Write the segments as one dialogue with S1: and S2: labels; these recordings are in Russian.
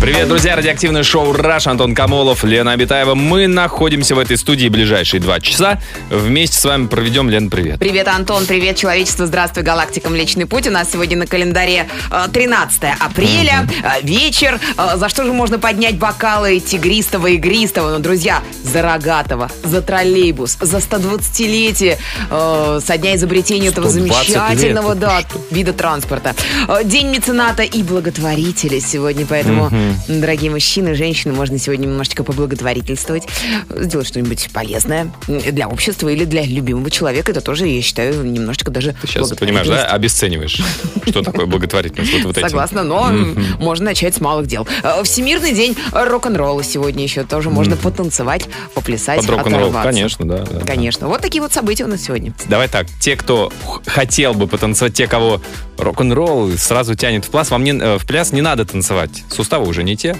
S1: Привет, друзья! Радиоактивное шоу «Раш» Антон Камолов, Лена Абитаева. Мы находимся в этой студии ближайшие два часа. Вместе с вами проведем, Лен, привет.
S2: Привет, Антон, привет, человечество, здравствуй, галактика Млечный Путь. У нас сегодня на календаре э, 13 апреля, э, вечер. Э, За что же можно поднять бокалы тигристого, игристого? Ну, друзья, за рогатого, за троллейбус, за 120-летие э, со дня изобретения этого
S1: 120 лет,
S2: замечательного
S1: это
S2: Типа, да,
S1: что?
S2: вида транспорта. Э, День мецената и благотворителя сегодня, поэтому, м, дорогие мужчины, женщины, можно сегодня немножечко поблаготворительствовать, э, сделать что-нибудь полезное м, для общества или для любимого человека. Это тоже, я считаю, немножечко даже
S1: Ты сейчас, понимаешь, да, обесцениваешь, что такое благотворительность. Вот, вот этим.
S2: Согласна, но м, можно начать с малых дел. Э, Всемирный день рок-н-ролла сегодня еще тоже можно потанцевать, поплясать,
S1: Под рок-н-ролл,
S2: оторваться.
S1: конечно, да, да, да.
S2: Конечно. Вот такие вот события у нас сегодня.
S1: Давай так, те, кто х- хотел бы потанцевать, те, кого рок-н-ролл сразу тянет в пляс, вам не, э, в пляс не надо танцевать. Суставы уже не те,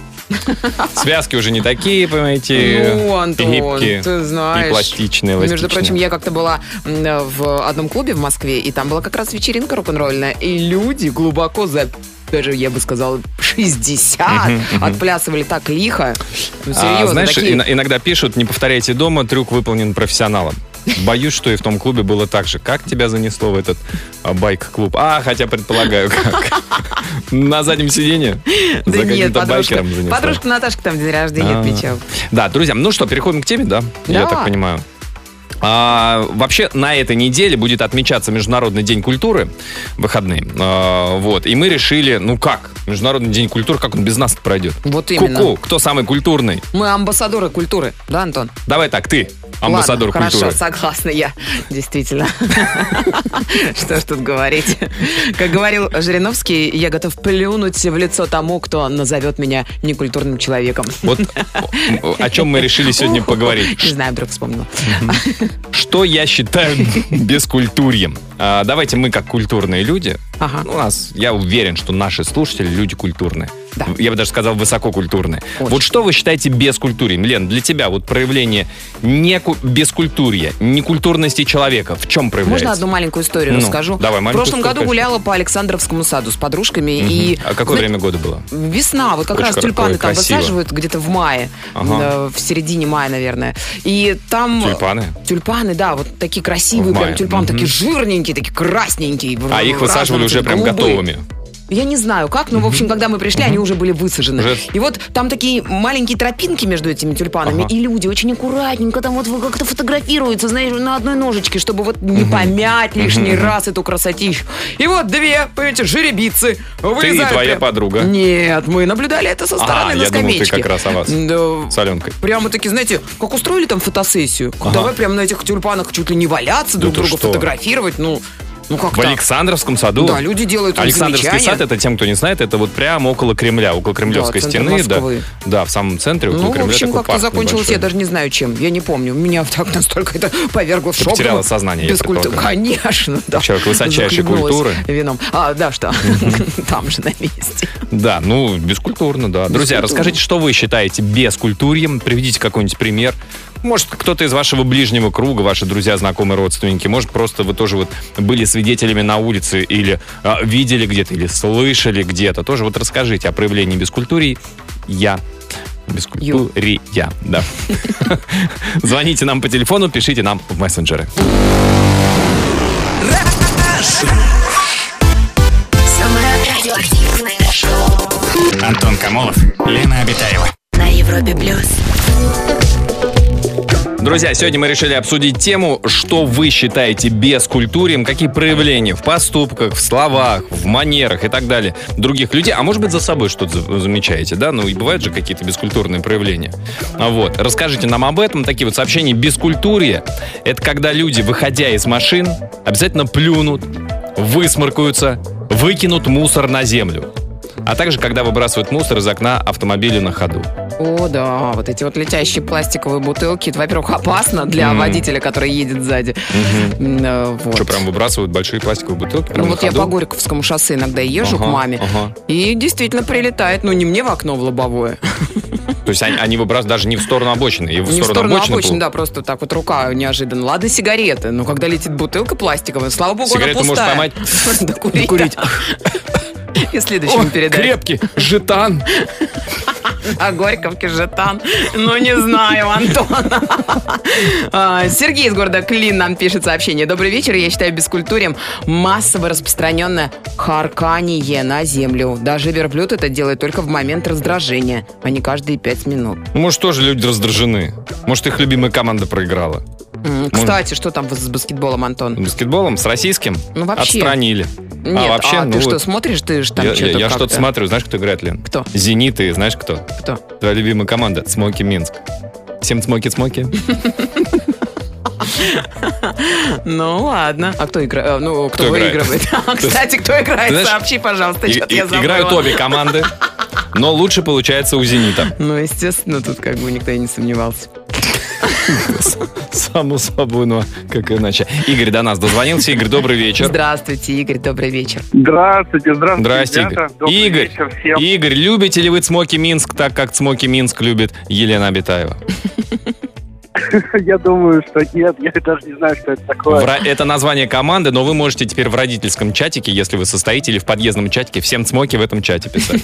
S1: связки уже не такие, понимаете,
S2: Ну, Антон,
S1: и гибкие,
S2: ты знаешь.
S1: и пластичные,
S2: Между
S1: эластичные.
S2: прочим, я как-то была м, э, в одном клубе в Москве, и там была как раз вечеринка рок-н-ролльная, и люди глубоко за даже, я бы сказала, 60 отплясывали так лихо. Ну,
S1: А,
S2: серьезно,
S1: знаешь,
S2: такие...
S1: ин- иногда пишут, не повторяйте дома, трюк выполнен профессионалом. Боюсь, что и в том клубе было так же. Как тебя занесло в этот а, байк-клуб? А, хотя предполагаю, как. На заднем сиденье? За
S2: Да нет,
S1: каким-то
S2: подружка,
S1: байкером занесло.
S2: подружка Наташка там день рождения
S1: А.
S2: отмечала.
S1: Да, друзья, ну что, переходим к теме, да? Я
S2: Да.
S1: так понимаю. А, вообще на этой неделе будет отмечаться Международный день культуры выходные, А, вот. И мы решили, ну как Международный день культуры, как он без нас пройдет?
S2: Вот именно.
S1: Ку-ку, кто самый культурный?
S2: Мы амбассадоры культуры, да, Антон?
S1: Давай так, ты амбассадор
S2: Ладно,
S1: культуры.
S2: Хорошо, согласна я. Действительно. Что ж тут говорить. Как говорил Жириновский, я готов плюнуть в лицо тому, кто назовет меня некультурным человеком.
S1: Вот о чем мы решили сегодня поговорить.
S2: Не знаю, вдруг вспомнила.
S1: Что я считаю бескультурьем? А, Давайте мы, как культурные люди, ну,
S2: Ага.
S1: у нас, я уверен, что наши слушатели люди культурные.
S2: Да.
S1: Я бы даже сказал, высококультурные.
S2: Очень.
S1: Вот что вы считаете бескультурьем? Лен, для тебя вот проявление неку- бескультурья, некультурности человека в чем проявляется?
S2: Можно одну маленькую историю
S1: Ну,
S2: расскажу?
S1: давай,
S2: В
S1: маленькую
S2: прошлом
S1: историю,
S2: году
S1: конечно.
S2: гуляла по Александровскому саду с подружками и...
S1: А какое время года было?
S2: Весна, вот как
S1: Очень
S2: раз
S1: какое
S2: тюльпаны там
S1: красиво.
S2: высаживают где-то в мае,
S1: Ага.
S2: э, в середине мая, наверное. И там...
S1: Тюльпаны?
S2: Тюльпаны, да, вот такие красивые,
S1: В мае,
S2: прям тюльпаны
S1: мгм.
S2: такие жирненькие, такие красненькие.
S1: А их высаживали уже прям
S2: готовыми.
S1: готовыми.
S2: Я не знаю как, но, в общем, когда мы пришли, они уже были высажены.
S1: Уже-
S2: И вот там такие маленькие тропинки между этими тюльпанами,
S1: Ага.
S2: и люди очень аккуратненько там вот как-то фотографируются, знаешь, на одной ножечке, чтобы вот не помять лишний раз эту красотищу. И вот две, понимаете, жеребицы
S1: Ты и
S2: вылезают.
S1: твоя
S2: прям.
S1: подруга
S2: Нет, мы наблюдали это со
S1: Ага,
S2: стороны на
S1: я думал, ты
S2: скамеечке.
S1: как раз о вас.
S2: Да,
S1: с Аленкой.
S2: Прямо таки, знаете, как устроили там фотосессию. Давай прямо на этих тюльпанах чуть ли не валяться, друг
S1: ты
S2: друга
S1: что?
S2: фотографировать. Ну, ну как
S1: В
S2: так?
S1: Александровском саду?
S2: Да, люди делают им
S1: Александрский
S2: замечания.
S1: сад, это тем, кто не знает, это вот прямо около Кремля, около Кремлевской
S2: центр
S1: стены. Да,
S2: Москвы.
S1: да, в самом центре, около
S2: Ну, в
S1: Кремля.
S2: общем,
S1: такой
S2: как-то
S1: парк
S2: закончилось,
S1: небольшой.
S2: я даже не знаю чем. Я не помню. Меня так настолько это повергло в шок.
S1: потеряла сознание, я
S2: Без культуры.
S1: предполагаю.
S2: Конечно, да.
S1: Человек высочайшей
S2: Захлебнулась
S1: культуры.
S2: Вином. А, да, что? Там же на месте.
S1: Да, ну, бескультурно, да. Друзья, расскажите, что вы считаете бескультурьем, приведите какой-нибудь пример. Может, кто-то из вашего ближнего круга, ваши друзья, знакомые, родственники, может, просто вы тоже вот были свидетелями на улице или а, видели где-то, или слышали где-то. Тоже вот расскажите о проявлении бескультурии я. Бескультурия, да. Звоните нам по телефону, пишите нам в мессенджеры.
S3: Самое радиоактивное шоу
S4: Антон Камолов, Лена Обитаева.
S3: на Европе плюс.
S1: Друзья, сегодня мы решили обсудить тему, что вы считаете бескультурием, какие проявления в поступках, в словах, в манерах и так далее других людей. А может быть, за собой что-то за- замечаете, да? Ну и бывают же какие-то бескультурные проявления. А Вот. Расскажите нам об этом. Такие вот сообщения бескультурия — это когда люди, выходя из машин, обязательно плюнут, высморкаются, выкинут мусор на землю. А также, когда выбрасывают мусор из окна автомобиля на ходу.
S2: О, да, вот эти вот летящие пластиковые бутылки. Это, во-первых, опасно для
S1: Мгм.
S2: водителя, который едет сзади. М, э, вот.
S1: Что, прям выбрасывают большие пластиковые бутылки?
S2: Ну
S1: прям на
S2: вот я
S1: ходу?
S2: по Горьковскому шоссе иногда езжу к
S1: Ага,
S2: маме.
S1: ага.
S2: И действительно прилетает, ну не мне в окно в лобовое.
S1: То есть они, они выбрасывают даже не в сторону обочины, и в
S2: не
S1: сторону,
S2: в сторону
S1: обочины.
S2: обочины, да, просто так вот рука неожиданно. Ладно, сигареты. Но когда летит бутылка пластиковая, слава богу,
S1: Сигарету
S2: она
S1: можно
S2: пустая.
S1: поймать.
S2: Докурить.
S1: Докурить.
S2: да. И следующему передать.
S1: крепкий, жетан.
S2: А Горьковке жетан. Ну, не знаю, Антон. А, Сергей из города Клин нам пишет сообщение. Добрый вечер. Я считаю бескультурием массово распространенное харканье на землю. Даже верблюд это делает только в момент раздражения, а не каждые пять минут.
S1: Ну, Может, тоже люди раздражены. Может, их любимая команда проиграла.
S2: М, Кстати, что там с баскетболом, Антон?
S1: Баскетболом с российским
S2: Ну, вообще.
S1: отстранили.
S2: Нет,
S1: а вообще, ну
S2: ты что,
S1: вот,
S2: смотришь? Ты же там
S1: я,
S2: что-то
S1: я- я что-то
S2: как-то.
S1: смотрю. Знаешь, кто играет, Лен?
S2: Кто?
S1: Зенит и знаешь кто?
S2: Кто?
S1: Твоя любимая команда. Смоки Минск. Всем смоки-смоки.
S2: Ну, ладно. А кто играет? Ну, кто,
S1: Кто играет?
S2: выигрывает? Кстати, кто играет?
S1: Ты знаешь,
S2: Сообщи, пожалуйста,
S1: И-
S2: что-то
S1: и-
S2: я забыла.
S1: играют обе команды, но лучше получается у «Зенита».
S2: Ну, естественно, тут как бы никто и не сомневался.
S1: Само собой, ну а как иначе. Игорь до нас дозвонился. Игорь, добрый вечер.
S2: Здравствуйте, Игорь, добрый вечер.
S5: Здравствуйте, здравствуйте,
S1: Здрасте, Игорь.
S5: ребята. Добрый
S1: Игорь,
S5: вечер всем.
S1: Игорь, любите ли вы Цмоки Минск так, как Цмоки Минск любит Елена Абитаева?
S5: Я думаю, что нет, я даже не знаю, что это такое.
S1: Вра- Это название команды, но вы можете теперь в родительском чатике, если вы состоите, или в подъездном чатике, всем Цмоки в этом чате писать.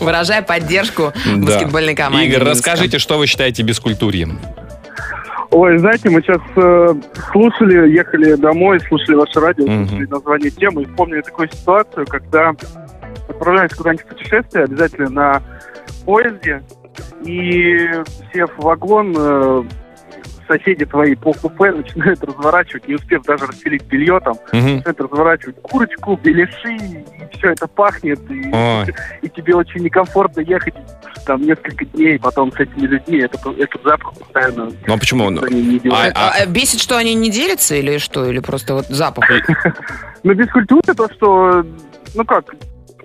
S2: Выражая поддержку
S1: Да.
S2: баскетбольной команде.
S1: Игорь,
S2: Минска.
S1: расскажите, что вы считаете бескультурьем?
S5: Ой, знаете, мы сейчас э, слушали, ехали домой, слушали ваше радио,
S1: Мгм.
S5: слушали название темы и вспомнили такую ситуацию, когда отправляюсь куда-нибудь в путешествие, обязательно на поезде, и сев в вагон, э, соседи твои по купе начинают разворачивать, не успев даже расстелить белье там,
S1: Мгм.
S5: начинают разворачивать курочку, беляши, и все это пахнет, и
S1: Ой.
S5: и тебе очень некомфортно ехать там несколько дней потом с этими людьми. Это, этот запах постоянно
S1: Ну а почему? он-
S5: они не
S1: А,
S5: делают.
S2: А, а, бесит, что они не делятся или что? Или просто вот запах?
S1: а
S5: Но бескультура то, что, ну как,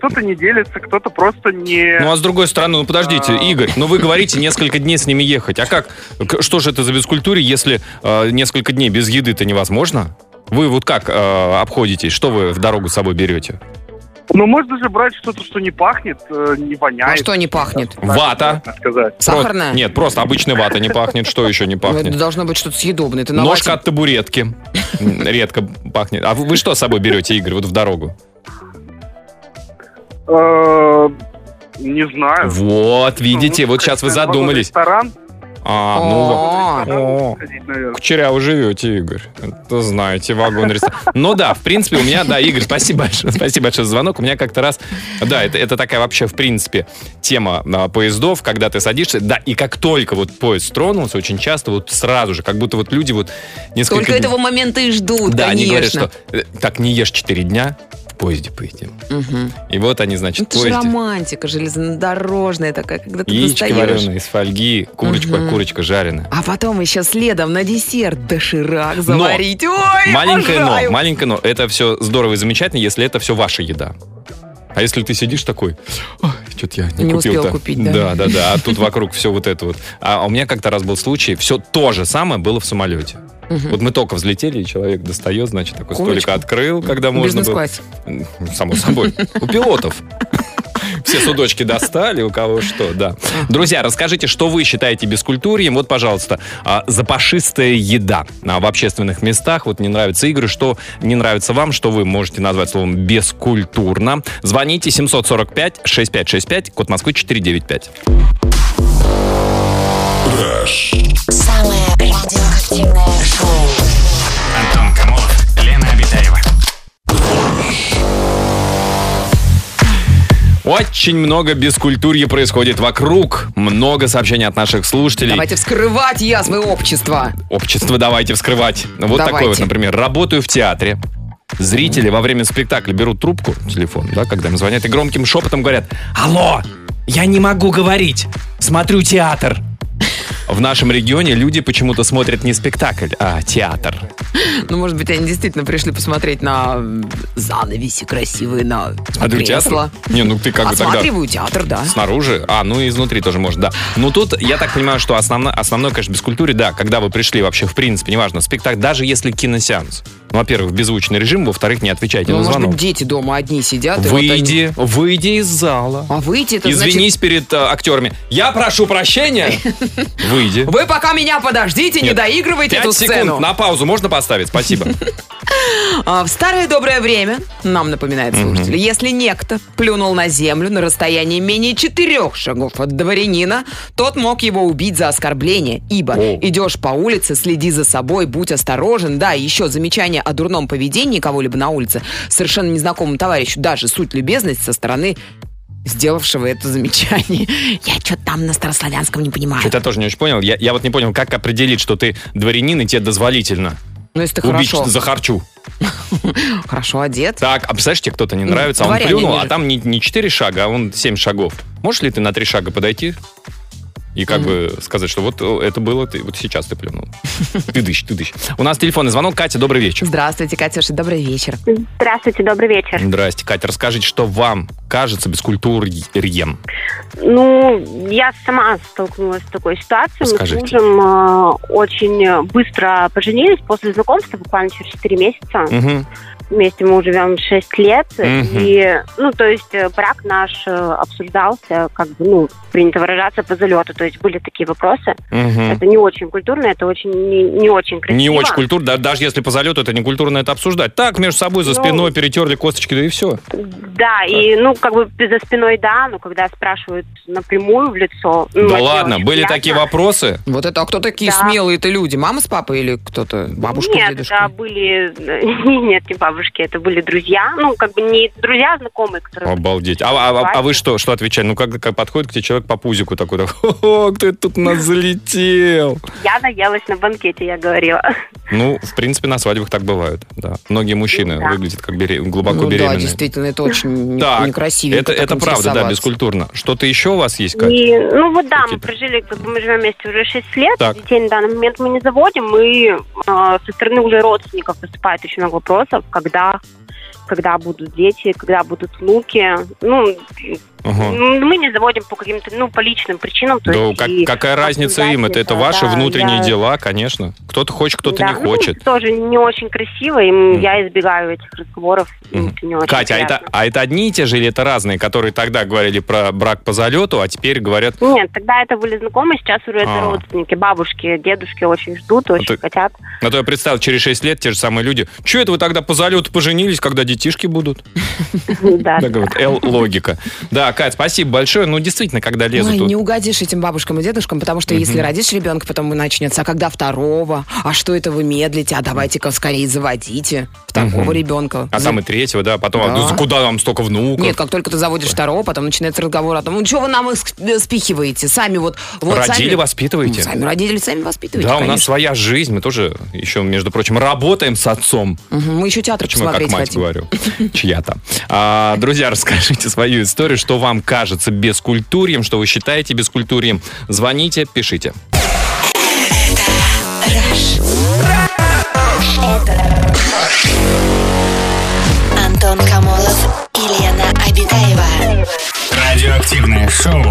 S5: кто-то не делится, кто-то просто не...
S1: Ну а с другой стороны, ну подождите,
S5: А.
S1: Игорь, ну вы говорите несколько дней с ними ехать. А как? к- Что же это за бескультуре, если э, несколько дней без еды-то невозможно? Вы вот как э, обходитесь? Что вы в дорогу с собой берете? а
S5: Ну, можно же брать что-то, что не пахнет, э, не
S2: А
S5: воняет.
S2: что не пахнет?
S1: Вата.
S5: так сказать.
S1: Про-
S2: Сахарная?
S1: Нет, просто обычная вата не пахнет. Что еще не
S2: Ну, это
S1: пахнет?
S2: должно быть что-то съедобное. Ты на
S1: Ножка
S2: лате-
S1: от табуретки. М, Редко пахнет. А вы вы что с собой берете, Игорь, вот в дорогу?
S5: Э, не знаю.
S1: Вот, видите,
S5: Ну,
S1: вот сейчас вы
S5: конечно, могу
S1: задумались.
S5: В ресторан,
S1: А, ну вот.
S2: О,
S1: О.
S5: ресторан сходить, наверное.
S1: Кучеряво живете, Игорь. Это знаете, вагон ресторан. Ну да, в принципе, у меня, да, Игорь, спасибо большое, спасибо большое за звонок. У меня как-то раз, да, это, это такая вообще, в принципе, тема а, поездов, когда ты садишься, да, и как только вот поезд тронулся, очень часто вот сразу же, как будто вот люди вот несколько...
S2: Только
S1: дней-
S2: этого момента и ждут,
S1: Да, они говорят,
S2: Ну, конечно.
S1: что э, так не ешь 4 дня, в поезде поедим.
S2: Мгм.
S1: И вот они, значит, в
S2: Ну, Это же
S1: поезде.
S2: романтика железнодорожная такая, когда ты
S1: Яички
S2: достаешь.
S1: вареные из фольги, курочка,
S2: Мгм.
S1: курочка жареная.
S2: А потом еще следом на десерт доширак заварить. Ой,
S1: Маленькое
S2: обожаю.
S1: но, маленькое но. Это все здорово и замечательно, если это все ваша еда. А если ты сидишь такой, что-то я не,
S2: Не
S1: купил-то».
S2: успел купить, да.
S1: Да, да, да. А тут вокруг все вот это вот. А у меня как-то раз был случай, все то же самое было в самолете.
S2: Мгм.
S1: Вот мы только взлетели, и человек достает, значит, такой столик
S2: Курочку.
S1: открыл, когда можно было.
S2: Бизнес-класс.
S1: Ну, Само собой. У пилотов. Все судочки достали, у кого что, да. Друзья, расскажите, что вы считаете бескультурьем. Вот, пожалуйста, а, запашистая еда а, в общественных местах. Вот не нравятся игры, что не нравится вам, что вы можете назвать словом бескультурно. Звоните 745-6565, код Москвы 495.
S3: Самое радиоактивное шоу.
S4: Антон Камолов, Лена Обитаева.
S1: Очень много бескультурья происходит вокруг. Много сообщений от наших слушателей.
S2: Давайте вскрывать язвы общества.
S1: Общество давайте вскрывать. Ну, Вот
S2: Давайте.
S1: такое вот, например. Работаю в театре. Зрители во время спектакля берут трубку, телефон, да, когда им звонят, и громким шепотом говорят «Алло, я не могу говорить, смотрю театр». В нашем регионе люди почему-то смотрят не спектакль, а театр.
S2: Ну, может быть, они действительно пришли посмотреть на занавеси красивые,
S1: А
S2: на
S1: Смотрю театр.
S2: кресла.
S1: Не, ну ты как бы тогда...
S2: Осматриваю театр, да.
S1: Снаружи? А, ну и изнутри тоже может, да. Ну тут, я так понимаю, что основно, основное, конечно, без культуры, да, когда вы пришли вообще, в принципе, неважно, спектакль, даже если киносеанс. Ну, во-первых, в беззвучный режим, во-вторых, не отвечайте
S2: Ну,
S1: на
S2: может
S1: звонок.
S2: быть, дети дома одни сидят. и А вот они-
S1: Выйди, выйди из зала.
S2: А выйти это
S1: Извинись перед э, актерами. Я прошу прощения. Выйди.
S2: значит... Вы пока меня подождите, не
S1: Нет.
S2: доигрывайте эту
S1: Пять
S2: сцену.
S1: секунд на паузу можно поставить? Спасибо.
S2: А, В старое доброе время, нам напоминает слушатель, если некто плюнул на землю на расстоянии менее четырех шагов от дворянина, тот мог его убить за оскорбление, ибо
S1: О.
S2: идешь по улице, следи за собой, будь осторожен, да, и еще замечание о дурном поведении кого-либо на улице совершенно незнакомому товарищу, даже суть любезность со стороны сделавшего это замечание. Я что-то там на старославянском не понимаю.
S1: Что-то я тоже не очень понял. Я, я вот не понял, как определить, что ты дворянин и тебе дозволительно
S2: Ну, если ты
S1: убить
S2: хорошо,
S1: за харчу.
S2: хорошо одет.
S1: Так, а представляешь, тебе кто-то не
S2: Ну,
S1: нравится, а он
S2: дворяне
S1: плюнул, а
S2: ниже.
S1: там не, не 4 шага, а он 7 шагов. Можешь ли ты на 3 шага подойти и как бы сказать, что вот э, это было, ты, вот сейчас ты плюнул. Ты дышь, ты дышь. У нас телефонный звонок. Катя, добрый вечер.
S2: Здравствуйте, Катюша, добрый вечер.
S6: Здравствуйте, добрый вечер.
S1: Здрасте, Катя, расскажите, что вам кажется бескультурьем?
S6: Ну, я сама столкнулась с такой ситуацией.
S1: Расскажите.
S6: Мы с мужем э, очень быстро поженились после знакомства, буквально через 4 месяца.
S1: Мгм.
S6: Вместе мы живем 6 лет.
S1: Мгм.
S6: И, ну, то есть э, брак наш э, обсуждался, как бы, ну, принято выражаться по залету. То есть были такие вопросы.
S1: Мгм.
S6: Это не очень культурно, это очень не, не очень красиво.
S1: Не очень культурно, да, даже если по залету это не культурно это обсуждать. Так, между собой, за
S6: Ну.
S1: спиной перетерли косточки, да и все.
S6: Да, и, ну, как бы за спиной да, но когда спрашивают напрямую в лицо... ну, это
S1: Да
S6: не
S1: ладно,
S6: очень
S1: были
S6: приятно.
S1: такие вопросы.
S2: Вот это, а кто такие
S6: Да.
S2: смелые-то люди? Мама с папой или кто-то? Бабушка,
S6: Нет, это
S2: дедушка?
S6: были... Нет, не бабушки, это были друзья. Ну, как бы не друзья, а знакомые, которые...
S1: Обалдеть. А, а- а- а вы что, что отвечали? Ну, как, как подходит к тебе человек по пузику такой, так, «Хо-хо, кто это тут у нас залетел?
S6: Я наелась на банкете, я говорила.
S1: Ну, в принципе, на свадьбах так бывает, да. Многие мужчины
S6: Ну Да.
S1: выглядят как бере- глубоко
S2: ну да,
S1: беременные.
S2: действительно, это очень не-
S1: Так,
S2: некрасивенько.
S1: это,
S2: так
S1: это правда, да,
S2: интересоваться.
S1: бескультурно. Что-то еще у вас есть, Катя?
S6: И, ну, вот да, мы
S1: Какие-то.
S6: прожили, как бы мы живем вместе уже 6 лет.
S1: Так.
S6: Детей на данный момент мы не заводим. И э, со стороны уже родственников поступает очень много вопросов, когда когда будут дети, когда будут внуки. Ну,
S1: Ага.
S6: мы не заводим по каким-то, ну, по личным причинам. То
S1: Да,
S6: есть
S1: как-
S6: и
S1: какая разница им? Это, это
S6: обсуждать
S1: ваши
S6: это, да,
S1: внутренние
S6: я-
S1: дела, конечно. Кто-то хочет, кто-то
S6: Да,
S1: не хочет.
S6: Ну, тоже не очень красиво, и
S1: Мгм.
S6: м, я избегаю этих разговоров.
S1: Мгм.
S6: Это не очень
S1: Катя, а это,
S6: приятно.
S1: а это одни и те же или это разные, которые тогда говорили про брак по залету, а теперь говорят,
S6: Нет, тогда это были знакомые, сейчас уже это
S1: А.
S6: родственники, бабушки, дедушки очень ждут, очень
S1: ты-
S6: хотят.
S1: а то я представил, через 6 лет те же самые люди, что это вы тогда по залету поженились, когда детишки будут?
S6: Да.
S1: Да, вот Л-логика. Да, Кать, спасибо большое. Ну, действительно, когда
S2: Ой,
S1: лезут... вот-
S2: не угодишь этим бабушкам и дедушкам, потому что если родишь ребенка, потом и начнется, а когда второго? А что это вы медлите? А давайте-ка скорее заводите второго
S1: Мгм.
S2: ребенка.
S1: А
S2: За-
S1: там и третьего, да, потом,
S2: Да.
S1: а, ну, куда нам столько внуков?
S2: Нет, как только ты заводишь второго, потом начинается разговор о том, ну что вы нам их ск- спихиваете? Сами вот... ну, вот
S1: Родили,
S2: сами-
S1: воспитываете?
S2: Ну, Сами родители, сами воспитываете,
S1: да, у нас
S2: конечно.
S1: своя жизнь, мы тоже еще, между прочим, работаем с отцом.
S2: Мгм, Мы еще театр
S1: Почему я как
S2: посмотреть
S1: мать
S2: хотим.
S1: говорю? Чья-то. А, друзья, расскажите свою историю, что вам кажется бескультурьем, что вы считаете бескультурьем. Звоните, пишите.
S3: Антон Камолов и Лена Обитаева.
S4: Радиоактивное шоу.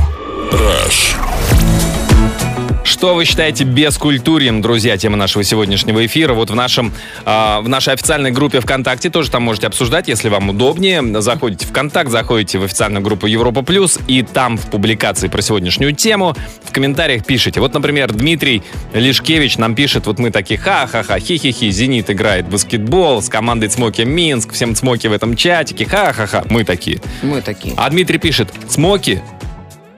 S1: Что вы считаете бескультурьем, друзья, тема нашего сегодняшнего эфира? Вот в, нашем, а, в нашей официальной группе ВКонтакте тоже там можете обсуждать, если вам удобнее. Заходите в ВКонтакт, заходите в официальную группу Европа Плюс, и там в публикации про сегодняшнюю тему в комментариях пишите. Вот, например, Дмитрий Лешкевич нам пишет, вот мы такие ха-ха-ха, хи-хи-хи, «Зенит» играет в баскетбол с командой «Цмоки Минск», всем «Цмоки» в этом чатике, ха-ха-ха, мы такие.
S2: Мы такие.
S1: А Дмитрий пишет, смоки –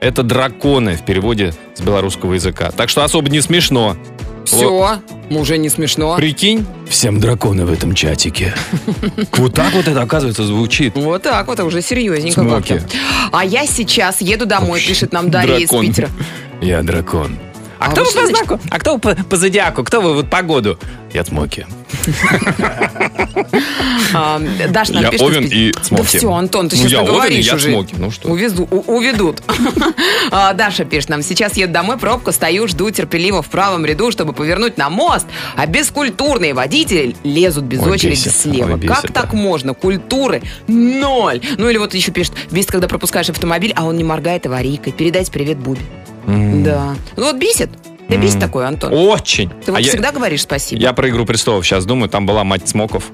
S1: это драконы в переводе с белорусского языка. Так что особо не смешно.
S2: Все, уже не смешно.
S1: Прикинь? Всем драконы в этом чатике. Вот так вот это, оказывается, звучит.
S2: Вот так вот, а уже серьезненько
S1: Смоки.
S2: как-то. А я сейчас еду домой, пишет нам Дарья из
S1: Дракон.
S2: Питера.
S1: Я дракон. А,
S2: А
S1: кто
S2: вы
S1: вы
S2: что
S1: по
S2: значит?
S1: знаку? А кто вы по, по зодиаку? Кто вы вот по году? Я Цмоки.
S2: А, Даш, нам
S1: Я
S2: пишет
S1: Овен
S2: из Пит-
S1: и
S2: Да
S1: Цмоки.
S2: все, Антон, ты
S1: Ну,
S2: сейчас
S1: я Овен,
S2: говоришь
S1: я
S2: уже.
S1: Цмоки, ну что?
S2: Увезу- у- уведут. А, Даша пишет нам, сейчас еду домой, пробка, стою, жду терпеливо в правом ряду, чтобы повернуть на мост, а бескультурные водители лезут без
S1: Ой,
S2: очереди
S1: бесит.
S2: слева.
S1: Ой, бесит,
S2: как так
S1: да.
S2: можно? Культуры ноль. Ну или вот еще пишет, бесит, когда пропускаешь автомобиль, а он не моргает аварийкой. Передайте привет Бубе. Да. Ну вот бесит. Ты бесит такой, Антон?
S1: Очень. А
S2: Ты вот
S1: я-
S2: всегда говоришь спасибо.
S1: Я про «Игру престолов» сейчас думаю, там была мать Цмоков.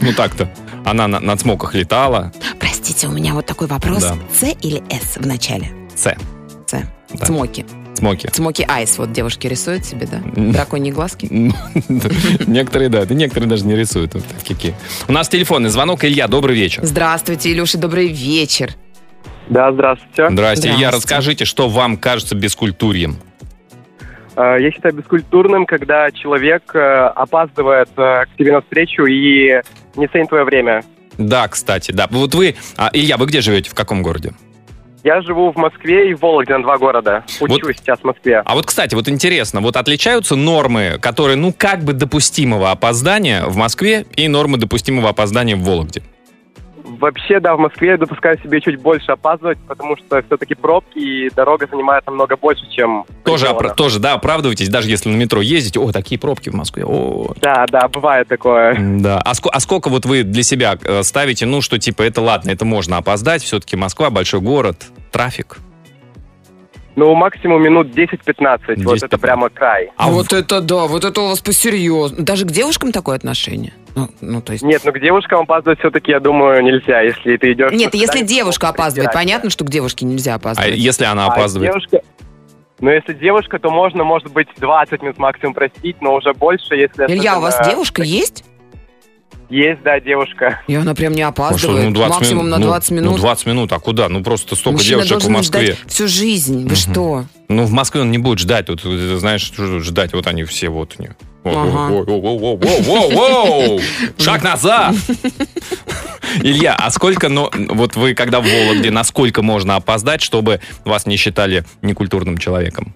S1: Ну так-то. Она на, на Цмоках летала.
S2: Простите, у меня вот такой вопрос.
S1: Да.
S2: С или С в начале?
S1: С.
S2: С.
S1: Да.
S2: Цмоки.
S1: Цмоки.
S2: Цмоки айс. Вот девушки рисуют себе, да?
S1: М.
S2: Драконьи глазки.
S1: Некоторые, да, да, некоторые даже не рисуют. Вот такие. У нас телефонный звонок. Илья, добрый вечер.
S2: Здравствуйте, Илюша, добрый вечер.
S5: Да, здравствуйте.
S1: Здрасте, Илья,
S2: Здравствуйте.
S1: расскажите, что вам кажется бескультурьем?
S5: Э, Я считаю бескультурным, когда человек э, опаздывает э, к тебе на встречу и не ценит твое время.
S1: Да, кстати, да. Вот вы, а, Илья, вы где живете, в каком городе?
S5: Я живу в Москве и в Вологде, на два города. Учусь
S1: Вот.
S5: сейчас в Москве.
S1: А вот, кстати, вот интересно, вот отличаются нормы, которые, ну, как бы допустимого опоздания в Москве и нормы допустимого опоздания в Вологде?
S5: Вообще, да, в Москве я допускаю себе чуть больше опаздывать, потому что все-таки пробки и дорога занимает намного больше, чем...
S1: Тоже,
S5: пределы.
S1: опра- тоже, да, оправдывайтесь, даже если на метро ездите. О, такие пробки в Москве. О,
S5: Да, да, бывает такое.
S1: да. А, ско- а сколько вот вы для себя э, ставите, ну, что типа это ладно, это можно опоздать, все-таки Москва, большой город, трафик.
S5: Ну, максимум минут 10-15. Вот
S1: 10-15.
S5: это прямо край.
S1: А в-
S2: это да, Ну вот это у вас посерьезно. Даже к девушкам такое отношение? Ну, ну, то есть...
S5: Нет, ну к девушкам опаздывать все-таки, я думаю, нельзя, если ты идешь...
S2: Нет,
S5: на
S2: если
S5: свидание,
S2: девушка
S5: то
S2: опаздывает,
S5: придирайся.
S2: понятно, что к девушке нельзя
S1: а
S2: опаздывать.
S1: если она
S5: А
S1: опаздывает?
S5: девушка... Ну, если девушка, то можно, может быть, 20 минут максимум простить, но уже больше, если...
S2: Илья, у вас
S5: особенно
S2: девушка есть?
S5: Есть, да, девушка.
S2: И она прям не
S1: Ну, что, ну,
S2: опаздывает.
S1: 20
S2: Максимум на
S1: ну,
S2: 20
S1: ну,
S2: минут.
S1: 20 минут, а куда? Ну, просто столько
S2: Мужчина
S1: девушек в
S2: должен
S1: Москве.
S2: ждать всю жизнь. Вы
S1: Мгм.
S2: что?
S1: Ну, в Москве он не будет ждать. Вот, э, знаешь, что ждать, вот они все вот у них.
S2: Ага.
S1: Воу-воу-воу-воу-воу! Шаг назад! Илья, а сколько, ну, вот вы когда в Вологде, насколько можно опоздать, чтобы вас не считали некультурным человеком?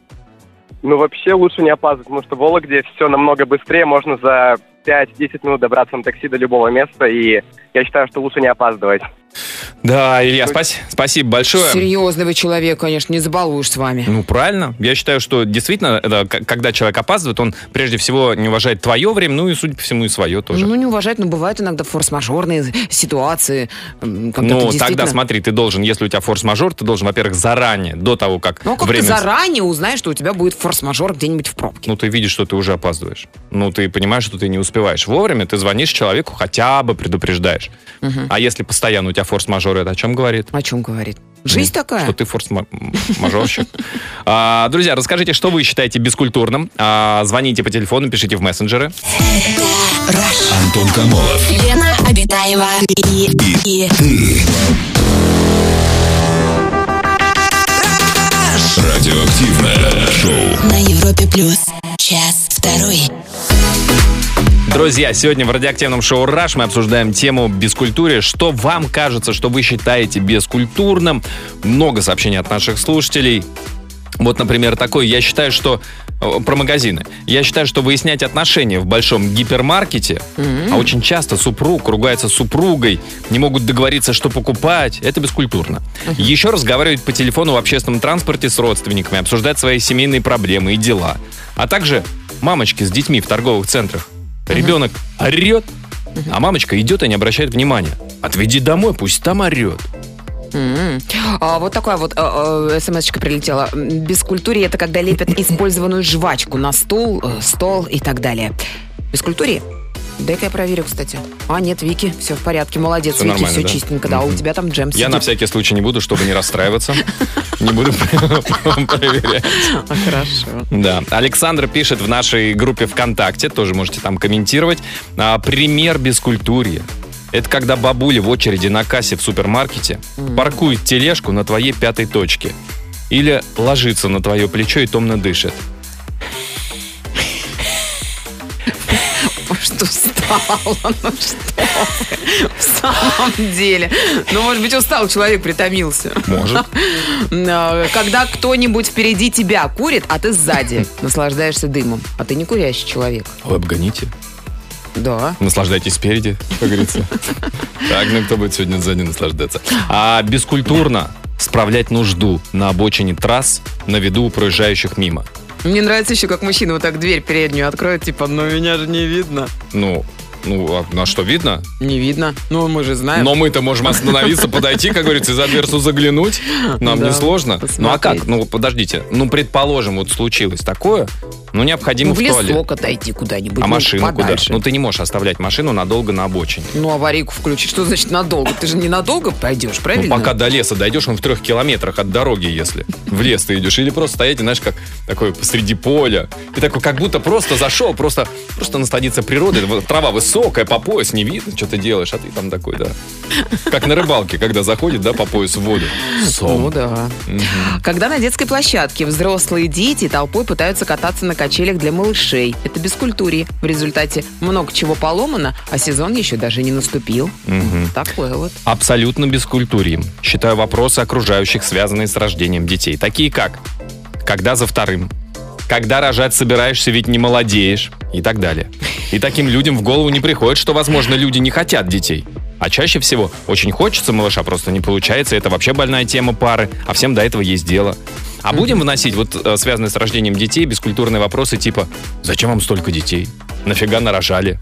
S5: Ну, вообще лучше не опаздывать, потому что в Вологде все намного быстрее, можно за 5-10 минут добраться на такси до любого места, и я считаю, что лучше не опаздывать.
S1: Да, Илья, спас- спасибо большое.
S2: Серьезный вы человек, конечно, не забалуешь с вами.
S1: Ну, правильно. Я считаю, что действительно, это к- когда человек опаздывает, он прежде всего не уважает твое время, ну и, судя по всему, и свое тоже.
S2: Ну, не уважать, но бывают иногда форс-мажорные ситуации, м, когда
S1: Ну,
S2: ты
S1: тогда
S2: действительно...
S1: смотри, ты должен, если у тебя форс-мажор, ты должен, во-первых, заранее, до того, как
S2: Ну, а как
S1: время...
S2: ты заранее узнаешь, что у тебя будет форс-мажор где-нибудь в пробке?
S1: Ну, ты видишь, что ты уже опаздываешь. Ну, ты понимаешь, что ты не успеваешь вовремя, ты звонишь человеку, хотя бы предупреждаешь.
S2: Мгм.
S1: А если постоянно у тебя форс-мажор, это о чем говорит?
S2: О чем говорит? Жизнь такая.
S1: Ну, Что ты форс-мажорщик. А, Друзья, расскажите, что вы считаете бескультурным. А, Звоните по телефону, пишите в мессенджеры.
S7: Антон Камолов.
S3: Лена Обитаева и, и,
S7: Радиоактивное шоу.
S3: на Европе плюс. Час второй.
S1: Друзья, сегодня в радиоактивном шоу «Раш» мы обсуждаем тему бескультуры. Что вам кажется, что вы считаете бескультурным? Много сообщений от наших слушателей. Вот, например, такой. Я считаю, что... э, Про магазины. Я считаю, что выяснять отношения в большом гипермаркете, а очень часто супруг ругается с супругой, не могут договориться, что покупать, это бескультурно. Еще разговаривать по телефону в общественном транспорте с родственниками, обсуждать свои семейные проблемы и дела. А также мамочки с детьми в торговых центрах. Ребенок орет, а мамочка идет и не обращает внимания. Отведи домой, пусть там орет.
S2: М-м. А, вот такая вот э, э, смс-очка прилетела. М, Бескультурье – это когда лепят использованную жвачку на стул, э, стол и так далее. Бескультурье? Дай-ка я проверю, кстати. А, нет, Вики, все в порядке. Молодец,
S1: Всё
S2: Вики,
S1: нормально,
S2: все
S1: да?
S2: чистенько. Да, у
S1: Мгм.
S2: тебя там джем
S1: Я
S2: сидит.
S1: на всякий случай не буду, чтобы не расстраиваться. Не буду проверять.
S2: А, Хорошо.
S1: Да. Александр пишет в нашей группе ВКонтакте, тоже можете там комментировать. А, Пример бескультурья. Это когда бабуля в очереди на кассе в супермаркете паркует тележку на твоей пятой точке. Или ложится на твое плечо и томно дышит.
S2: что устала. Ну что вы, в самом деле. Ну, может быть, устал человек, притомился.
S1: Может.
S2: Э, Когда кто-нибудь впереди тебя курит, а ты сзади, наслаждаешься дымом. А ты не курящий человек.
S1: Вы обгоните.
S2: Да.
S1: Наслаждайтесь спереди, как говорится. Так, ну кто будет сегодня сзади наслаждаться? А бескультурно справлять нужду на обочине трасс на виду у проезжающих мимо.
S2: Мне нравится еще, как мужчина вот так дверь переднюю откроет, типа, ну меня же не видно.
S1: Ну, ну, а на что видно?
S2: Не видно. Ну, мы же знаем.
S1: Но мы-то можем остановиться, подойти, как говорится, и за дверцу заглянуть. Нам
S2: Да,
S1: не сложно. Ну а
S2: посмотреть.
S1: как? Ну, подождите. Ну, предположим, вот случилось такое, ну, необходимо
S2: ну, в
S1: в туалет.
S2: лесок отойти куда-нибудь.
S1: А
S2: ну,
S1: машину куда?
S2: подальше.
S1: Ну, ты не можешь оставлять машину надолго на обочине.
S2: Ну, аварийку включить. Что значит надолго? Ты же ненадолго пойдешь,
S1: Ну,
S2: правильно?
S1: пока до леса дойдешь, он в трех километрах от дороги, если в лес ты идешь. Или просто стоять, и, знаешь, как такое посреди поля. Ты такой, как будто просто зашел, просто, просто насладиться природой. Вот Трава высокая, по пояс не видно, что ты делаешь, а ты там такой, да. Как на рыбалке, когда заходит, да, по пояс в воду.
S2: Ну
S1: Сом.
S2: да.
S1: Мгм.
S2: Когда на детской площадке взрослые дети толпой пытаются кататься на качелях для малышей. Это бескультурье. В результате много чего поломано, а сезон еще даже не наступил.
S1: Мгм.
S2: Такое вот.
S1: Абсолютно бескультурием. Считаю вопросы окружающих, связанные с рождением детей. Такие как? Когда за вторым? Когда рожать собираешься, ведь не молодеешь? И так далее. И таким людям в голову не приходит, что, возможно, люди не хотят детей. А чаще всего очень хочется малыша, просто не получается. Это вообще больная тема пары, а всем до этого есть дело. А будем выносить вот э, связанные с рождением детей бескультурные вопросы типа «Зачем вам столько детей? Нафига нарожали?»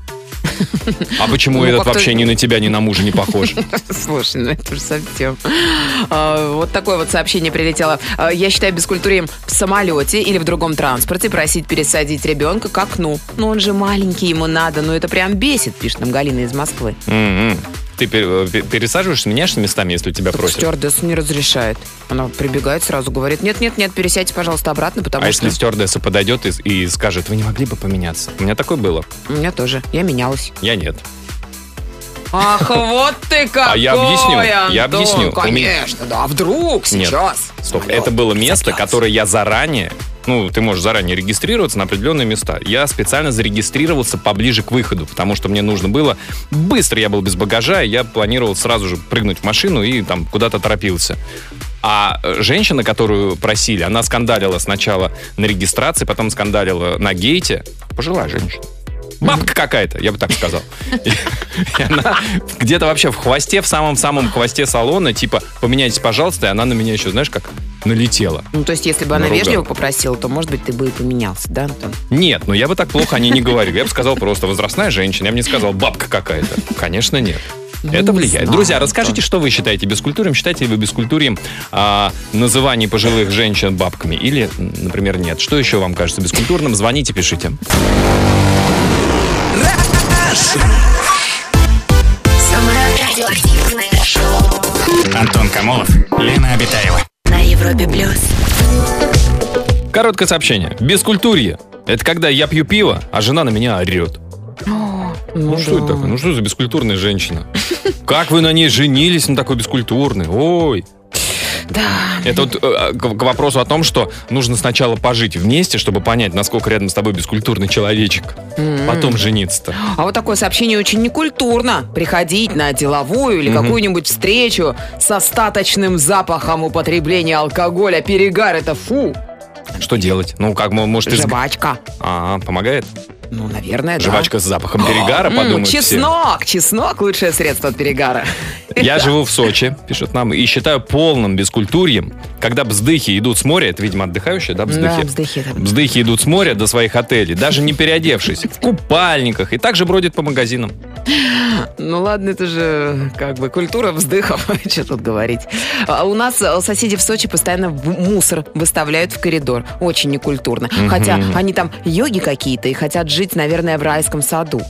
S1: А почему
S2: Ну,
S1: этот
S2: как-то-
S1: вообще ни на тебя, ни на мужа не похож?
S2: Слушай, ну это же совсем. А, Вот такое вот сообщение прилетело. А, Я считаю бескультурием в самолете или в другом транспорте просить пересадить ребенка к окну. Но он же маленький, ему надо. Ну это прям бесит, пишет нам Галина из Москвы.
S1: Мгм. Ты пер- пер- пересаживаешься, меняешься местами, если у тебя просят?
S2: Стюардесса не разрешает. Она прибегает сразу, говорит, нет-нет-нет, пересядьте, пожалуйста, обратно, потому
S1: А
S2: что
S1: если стюардесса подойдет и, и скажет, вы не могли бы поменяться? У меня такое было.
S2: у меня тоже, я менялась.
S1: Я нет.
S2: Ах, вот ты какой,
S1: А я объясню, я
S2: Антон,
S1: объясню. У меня-
S2: Конечно, да, а вдруг
S1: Нет.
S2: сейчас?
S1: Стоп.
S2: Алло,
S1: Это было место,
S2: заказ.
S1: которое я заранее... Ну, ты можешь заранее регистрироваться на определенные места. Я специально зарегистрировался поближе к выходу, потому что мне нужно было... Быстро я был без багажа, и я планировал сразу же прыгнуть в машину и там куда-то торопился. А э, женщина, которую просили, она скандалила сначала на регистрации, потом скандалила на гейте. Пожилая женщина. Бабка какая-то, я бы так сказал. И она где-то вообще в хвосте, в самом-самом хвосте салона, типа, поменяйтесь, пожалуйста, и она на меня еще, знаешь, как налетела.
S2: Ну, то есть, если бы она
S1: Наругала.
S2: вежливо попросила, то, может быть, ты бы и поменялся, да, Антон?
S1: Нет, ну я бы так плохо о ней не говорил. Я бы сказал просто возрастная женщина, я бы не сказал бабка какая-то. Конечно, нет.
S2: Ну,
S1: Это
S2: не
S1: влияет.
S2: знаю,
S1: Друзья,
S2: Антон.
S1: расскажите, что вы считаете бескультурием? Считаете ли вы бескультурием а, называние пожилых женщин бабками? Или, м, например, нет? Что еще вам кажется бескультурным? Звоните, пишите.
S3: Самое радиоактивное шоу
S4: Антон Камолов, Лена Обитаева.
S3: на Европе плюс.
S1: Короткое сообщение. Бескультурье. Это когда я пью пиво, а жена на меня орет. Ну, что это такое? Ну что за бескультурная женщина? Как вы на ней женились, на такой бескультурной? Ой.
S2: Да.
S1: Это вот э, к, к вопросу о том, что нужно сначала пожить вместе, чтобы понять, насколько рядом с тобой бескультурный человечек. Потом жениться-то.
S2: А вот такое сообщение очень некультурно. Приходить на деловую или какую-нибудь встречу с остаточным запахом употребления алкоголя. Перегар это фу,
S1: Что делать? Ну, как, мо- может, из...
S2: жвачка.
S1: А, помогает?
S2: Ну, наверное, да.
S1: Жвачка с запахом перегара,
S2: М,
S1: подумают все.
S2: Чеснок, чеснок лучшее средство от перегара.
S1: Я живу в Сочи, пишет нам, и считаю полным бескультурьем, когда бздыхи идут с моря, это, видимо, отдыхающие, да, бздыхи?
S2: Да, вздохи там.
S1: Бздыхи идут с моря до своих отелей, даже не переодевшись, в купальниках, и также бродят по магазинам.
S2: Ну ладно, это же как бы культура вздыхов, что тут говорить. А у нас э, соседи в Сочи постоянно в- мусор выставляют в коридор. Очень некультурно. Хотя они там йоги какие-то и хотят жить, наверное, в райском саду.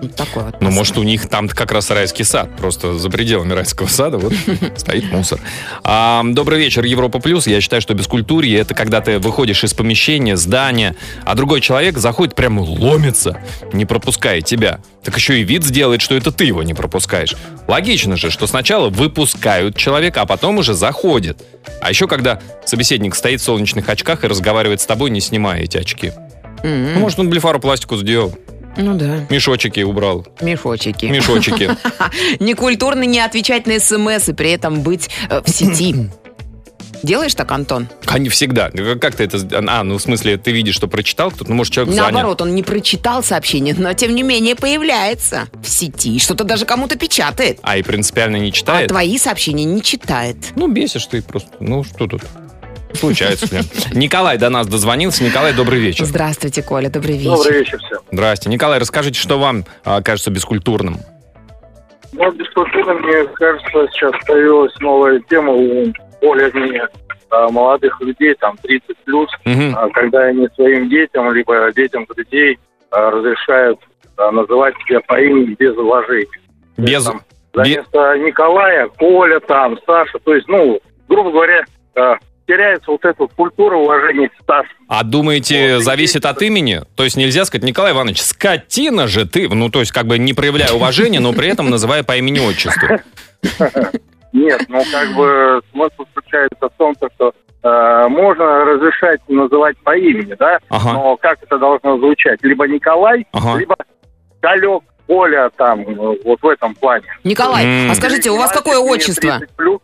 S2: Вот Такой вот.
S1: Ну, может, у них там как раз райский сад, просто за пределами райского сада вот стоит мусор. А, добрый вечер, Европа Плюс. Я считаю, что бескультурье — это когда ты выходишь из помещения, здания, а другой человек заходит, прямо ломится, не пропуская тебя. Так еще и вид сделает, что это ты его не пропускаешь. Логично же, что сначала выпускают человека, а потом уже заходит. А еще когда собеседник стоит в солнечных очках и разговаривает с тобой, не снимая эти очки. Ну,
S2: М-м.
S1: может, он блефаропластику сделал.
S2: Ну да,
S1: Мешочки убрал.
S2: мешочки.
S1: Мешочки.
S2: Некультурно не отвечать на смс и при этом быть э, в сети. Делаешь так, Антон?
S1: Они всегда. Ну, Как ты это... с- А, ну в смысле, ты видишь, что прочитал кто-то, ну может человек занят.
S2: Наоборот, он не прочитал сообщение, но тем не менее появляется в сети. и Что-то даже кому-то печатает.
S1: А и принципиально не
S2: А
S1: читает.
S2: твои сообщения не читает.
S1: Ну, бесишь ты просто. Ну, что тут? Случается. блин. Николай до нас дозвонился. Николай, добрый вечер.
S2: Здравствуйте, Коля, добрый вечер.
S8: Добрый вечер всем.
S1: Здрасте. Николай, расскажите, что вам а, кажется бескультурным?
S8: Ну, бескультурно, мне кажется, сейчас появилась новая тема у более-менее а, молодых людей, там, 30+, плюс,
S1: Мгм.
S8: а, когда они своим детям, либо детям друзей а, разрешают а, называть себя по имени без уважения.
S1: Без...
S8: Там, Вместо э, Николая, Коля, там, Саша, то есть, ну, грубо говоря, а, теряется вот эта вот культура уважения к старшим.
S1: А думаете,
S8: Вот, и
S1: зависит
S8: есть
S1: от имени? То есть нельзя сказать, Николай Иванович, скотина же ты. Ну, то есть как бы не проявляя уважения, но при этом называя по имени-отчеству.
S8: Нет, ну как бы смысл заключается в том, то, что э, можно разрешать называть по имени, да,
S1: Ага,
S8: но как это должно звучать? Либо Николай,
S1: ага.
S8: либо далек Коля там, э, вот в этом плане.
S2: Николай,
S1: М.
S2: а скажите, у вас какое
S8: Мне
S2: отчество?
S8: 30 плюс,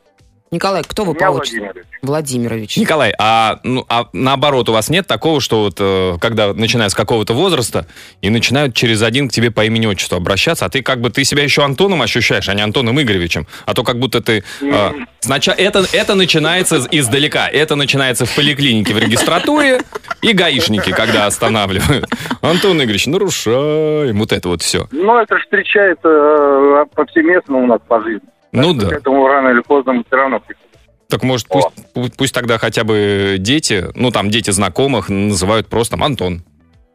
S2: Николай, кто вы по
S8: меня
S2: отчеству?
S8: Владимир.
S2: Владимирович.
S1: Николай, а, ну, а наоборот, у вас нет такого, что вот э, когда начиная с какого-то возраста и начинают через один к тебе по имени-отчеству обращаться, а ты как бы ты себя еще Антоном ощущаешь, а не Антоном Игоревичем, а то как будто ты... э, сначала, это, это начинается из- издалека, это начинается в поликлинике, в регистратуре и гаишники, когда останавливают. Антон Игоревич, нарушаем, вот это вот все.
S8: Ну, это же встречается э, повсеместно у нас по жизни.
S1: Ну
S8: К
S1: да,
S8: этому рано или поздно мы все равно приходим.
S1: так может пусть, пу- пусть тогда хотя бы дети, ну там дети знакомых называют просто там, Антон.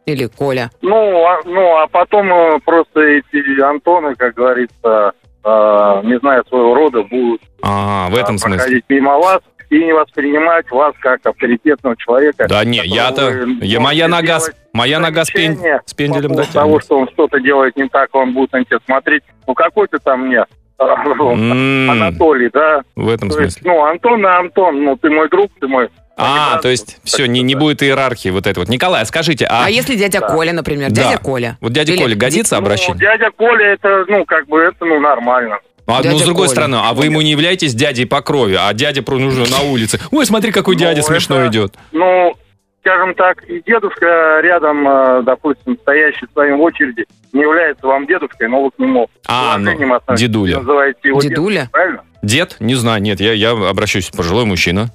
S2: Или Коля.
S8: Ну, а, ну, а потом э, просто эти Антоны, как говорится, э, не зная своего рода, будут
S1: А, в этом
S8: э,
S1: смысле.
S8: проходить мимо вас и не воспринимать вас как авторитетного человека.
S1: Да не,
S8: которого
S1: я-то...
S8: вы
S1: Я, моя
S8: можете
S1: нога, с-
S8: э, ну, делать
S1: моя нога с, пен-
S8: замечания
S1: с пенделем
S8: по поводу
S1: дотянется.
S8: того, что он что-то делает не так, он будет на тебя смотреть. Ну, какой ты там мне, э,
S1: М,
S8: Анатолий, да?
S1: М-м. В этом
S8: То есть,
S1: смысле.
S8: ну, Антон, а Антон, ну, ты мой друг, ты мой...
S1: А,
S8: понимаю,
S1: то есть
S8: так
S1: все, не,
S8: что
S1: не
S8: да.
S1: будет иерархии вот это вот. Николай, а скажите, а,
S2: А если дядя Коля, например?
S1: Да.
S2: Дядя Коля.
S1: вот дядя
S2: Или-
S1: Коля годится
S8: Ну,
S1: обращение?
S8: дядя Коля, это, ну, как бы, это, ну, нормально.
S1: А, ну, с
S2: дядя
S1: другой
S2: Коля.
S1: стороны, а вы ему не являетесь дядей по крови, а дядя про- уже на улице. Ой, смотри, какой
S8: Ну,
S1: дядя
S8: это-
S1: смешно идет.
S8: ну, скажем так, и дедушка рядом, э, допустим, стоящий в своем очереди, не является вам дедушкой, но вы к нему
S1: А,
S8: уважением
S1: ну,
S8: относитесь. Вы
S1: дедуля.
S8: называете его дедом,
S2: Дедуля?
S8: правильно?
S1: Дед? Не знаю, нет, я, я обращусь, пожилой мужчина.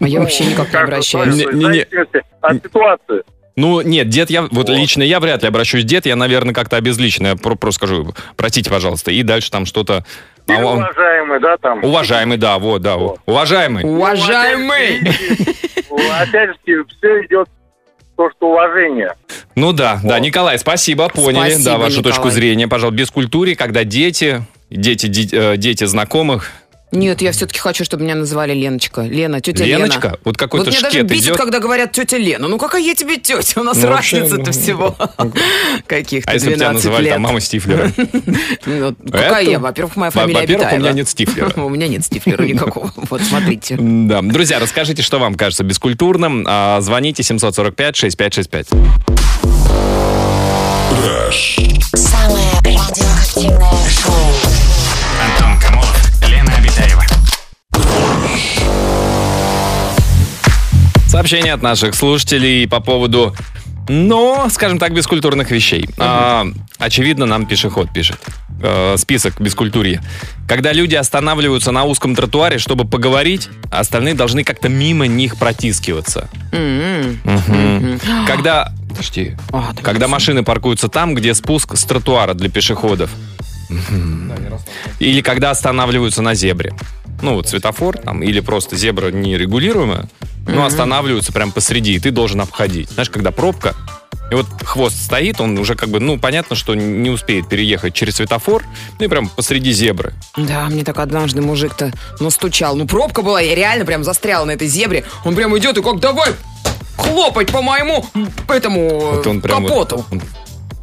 S2: А я вообще
S8: Ну,
S2: никак не
S8: каждый
S2: обращаюсь.
S8: свой, то есть,
S1: Не- не- не.
S8: в зависимости От ситуации.
S1: Ну, нет, дед я... Вот
S8: Вот.
S1: лично я вряд ли обращусь дед, я, наверное, как-то обезлично. Я про- просто скажу, простите, пожалуйста. И дальше там что-то... а
S8: Или
S1: он-
S8: уважаемый, да, там.
S1: Уважаемый, да, вот, да, вот. уважаемый.
S8: Ну,
S2: Уважаемый!
S8: Опять же, все идет то, что уважение.
S1: Ну да, да, Николай, спасибо, поняли,
S2: Спасибо,
S1: да, вашу
S2: Николай.
S1: точку зрения, пожалуйста, без культуры, когда дети, дети, ди- э, дети знакомых,
S2: Нет, я все-таки хочу, чтобы меня называли Леночка. Лена, тетя
S1: Леночка,
S2: Лена.
S1: вот какой-то
S2: Вот меня даже
S1: шкет
S2: бесит,
S1: идет.
S2: когда говорят тетя Лена. Ну какая я тебе тетя? У нас
S1: Ну, вообще,
S2: разница-то
S1: ну,
S2: всего каких-то
S1: А если бы тебя
S2: 12
S1: называли
S2: лет.
S1: там мама Стифлера?
S2: Ну, Какая
S1: Это-
S2: я? Во-первых, моя фамилия
S1: Во-первых, у меня
S2: Обитаева.
S1: нет Стифлера.
S2: У меня нет стифлера никакого. Вот, смотрите.
S1: Да. Друзья, расскажите, что вам кажется бескультурным. А, Звоните 745-6565.
S3: Самое радиоактивное шоу.
S4: Антон Камолов, Лена Обитаева.
S1: Сообщение от наших слушателей по поводу, но, скажем так, бескультурных вещей. А, очевидно, нам пешеход пишет. Э, список бескультурья. Когда люди останавливаются на узком тротуаре, чтобы поговорить, остальные должны как-то мимо них протискиваться.
S2: М-м.
S1: Мгм.
S2: Мгм.
S1: Когда... Подожди.
S2: А, да,
S1: Когда машины паркуются там, где спуск с тротуара для пешеходов. Мгм. Или когда останавливаются на зебре. Ну, вот светофор там, или просто зебра нерегулируемая, но останавливаются прям посреди, и ты должен обходить. Знаешь, когда пробка, и вот хвост стоит, он уже как бы, ну, понятно, что не успеет переехать через светофор, ну и прям посреди зебры.
S2: Да, мне так однажды мужик-то настучал. Ну, пробка была, я реально прям застряла на этой зебре. Он прям идет и как давай хлопать по моему этому
S1: Вот он прям вот-
S2: капоту.
S1: он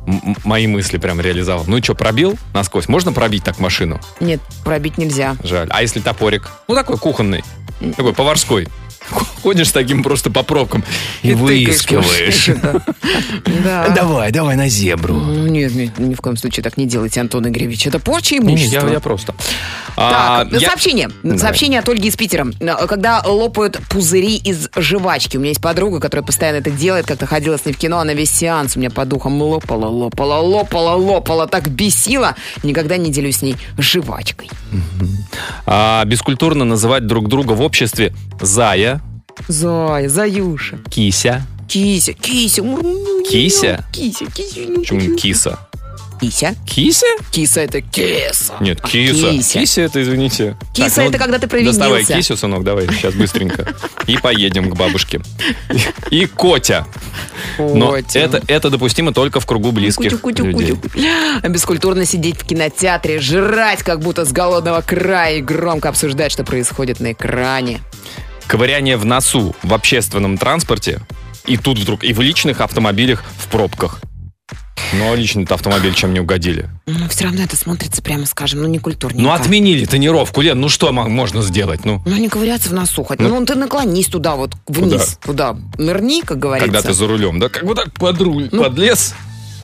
S1: м- м- мои мысли прям реализовал. Ну и что, пробил насквозь? Можно пробить так машину?
S2: Нет, пробить нельзя.
S1: Жаль. А если топорик? Ну, такой кухонный. Такой поварской. ходишь с таким просто по пробкам и,
S2: тыкаешь,
S1: выискиваешь.
S2: конечно, Да. Да.
S1: Давай, давай на зебру.
S2: Ну, Нет, нет, ни в коем случае так не делайте, Антон Игоревич. Это порча
S1: Не, я,
S2: имущества.
S1: я просто. А,
S2: Ну Так, ну
S1: я-
S2: сообщение.
S1: Давай.
S2: Сообщение от Ольги из Питера. Э, Когда лопают пузыри из жвачки. У меня есть подруга, которая постоянно это делает. Как-то ходила с ней в кино, она весь сеанс у меня по духам лопала, лопала, лопала, лопала. Так бесила. Никогда не делюсь с ней жвачкой.
S1: А, бескультурно называть друг друга в обществе зая,
S2: Зая, Заюша,
S1: кися.
S2: кися, кися. м, м,
S1: Кися?
S2: Кися, кися. м,
S1: Почему киса?
S2: Кися.
S1: Кися?
S2: Киса это киса.
S1: Нет,
S2: А,
S1: киса.
S2: кися.
S1: Кися это, извините. ну
S2: Киса это когда ты провинился.
S1: Доставай кисю, сынок, давай, сейчас быстренько. И поедем к бабушке. И Котя. Но
S2: Котя.
S1: это, это допустимо только в кругу близких
S2: Кутю, кутю,
S1: людей.
S2: кутю. Бескультурно сидеть в кинотеатре, жрать как будто с голодного края и громко обсуждать, что происходит на экране.
S1: Ковыряние в носу в общественном транспорте и тут вдруг, и в личных автомобилях в пробках. Ну, а личный-то автомобиль чем не угодили?
S2: Но все Ну, равно это смотрится, прямо скажем, ну не культурненько.
S1: Ну, отменили тонировку, Лен, ну что мо- можно сделать? Ну,
S2: Ну не ковыряться в носу хоть. Ну, ты наклонись туда вот, вниз, туда. Нырни, как говорится.
S1: когда ты за рулем, да? Как бы так под руль,
S2: Ну,
S1: под лес.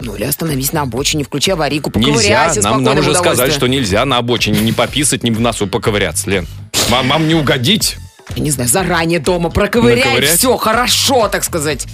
S2: Ну или остановись на обочине, включи аварийку,
S1: Нельзя,
S2: поковыряйся
S1: нам,
S2: спокойно
S1: нам
S2: в
S1: уже сказали,
S2: удовольствие.
S1: что нельзя на обочине не пописать, ни в носу поковыряться, Лен. Мам, мам, не угодить.
S2: Я не знаю, заранее дома проковыряй,
S1: Наковырять?
S2: все хорошо, так сказать.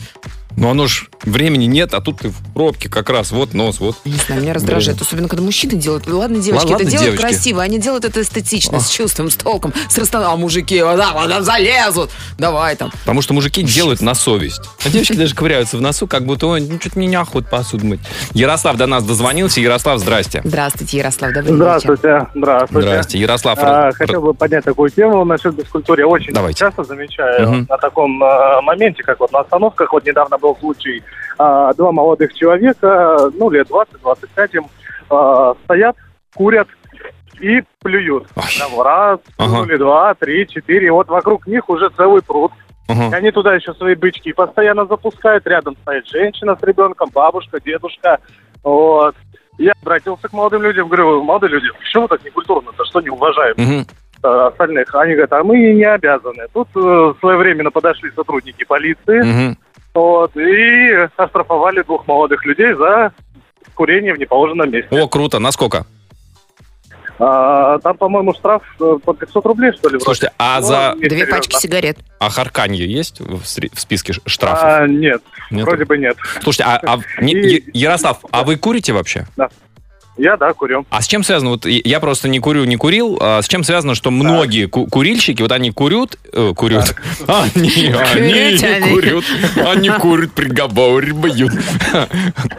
S1: Ну, оно ж, времени нет, а тут ты в пробке как раз, вот нос, вот.
S2: Не знаю, меня раздражает, особенно когда мужчины делают. Ладно, девочки,
S1: Ладно,
S2: это делают
S1: девочки.
S2: красиво, они делают это эстетично, с чувством, с толком, с расстановкой. А мужики, а, да, а, да, залезут, давай там.
S1: Потому что мужики делают на совесть. А девочки даже ковыряются в носу, как будто, ой, ну, что-то мне неохота посуду мыть. Ярослав до нас дозвонился. Ярослав, здрасте.
S2: Здравствуйте, Ярослав, добрый вечер.
S5: Здравствуйте. Здравствуйте.
S1: Здрасте, Ярослав.
S5: А,
S1: р-
S5: хотел бы поднять такую тему насчет бескультуры. Очень
S1: Давайте.
S5: часто замечаю
S1: Мгм.
S5: на таком э, моменте, как вот на остановках. Вот недавно был случай, а, два молодых человека, ну, лет 20-25 им, а, стоят, курят и плюют.
S1: Ой.
S5: Там раз,
S1: Ага.
S5: плюнули, два, три, четыре. И Вот вокруг них уже целый пруд. И
S1: Ага.
S5: они туда еще свои бычки постоянно запускают. Рядом стоит женщина с ребенком, бабушка, дедушка. Вот. Я обратился к молодым людям, говорю, молодые люди, почему вы так некультурно-то, что не уважаем
S1: Мгм.
S5: э, остальных? Они говорят, а мы и не обязаны. Тут э, своевременно подошли сотрудники полиции
S1: Мгм.
S5: вот, и оштрафовали двух молодых людей за курение в неположенном месте.
S1: О, круто. Насколько?
S5: А, там, по-моему, штраф э, под 500 рублей, что ли, вроде.
S1: Слушайте, а
S5: Ну,
S1: за
S5: не
S2: Две
S5: серьезно.
S2: пачки сигарет.
S1: а харканье есть в сре- в списке ш- штрафов?
S5: А, нет,
S1: Нет?
S5: вроде бы нет.
S1: Слушайте, а, а в- не-
S5: И-
S1: Е- Ярослав, а вы курите вообще?
S5: Я, да, курю.
S1: А с чем связано? Вот и- я просто не курю, не курил. А с чем связано, что многие ку- курильщики, вот они курют, э, курют, они, они
S2: Курить они.
S1: курят, они курят, приговаривают,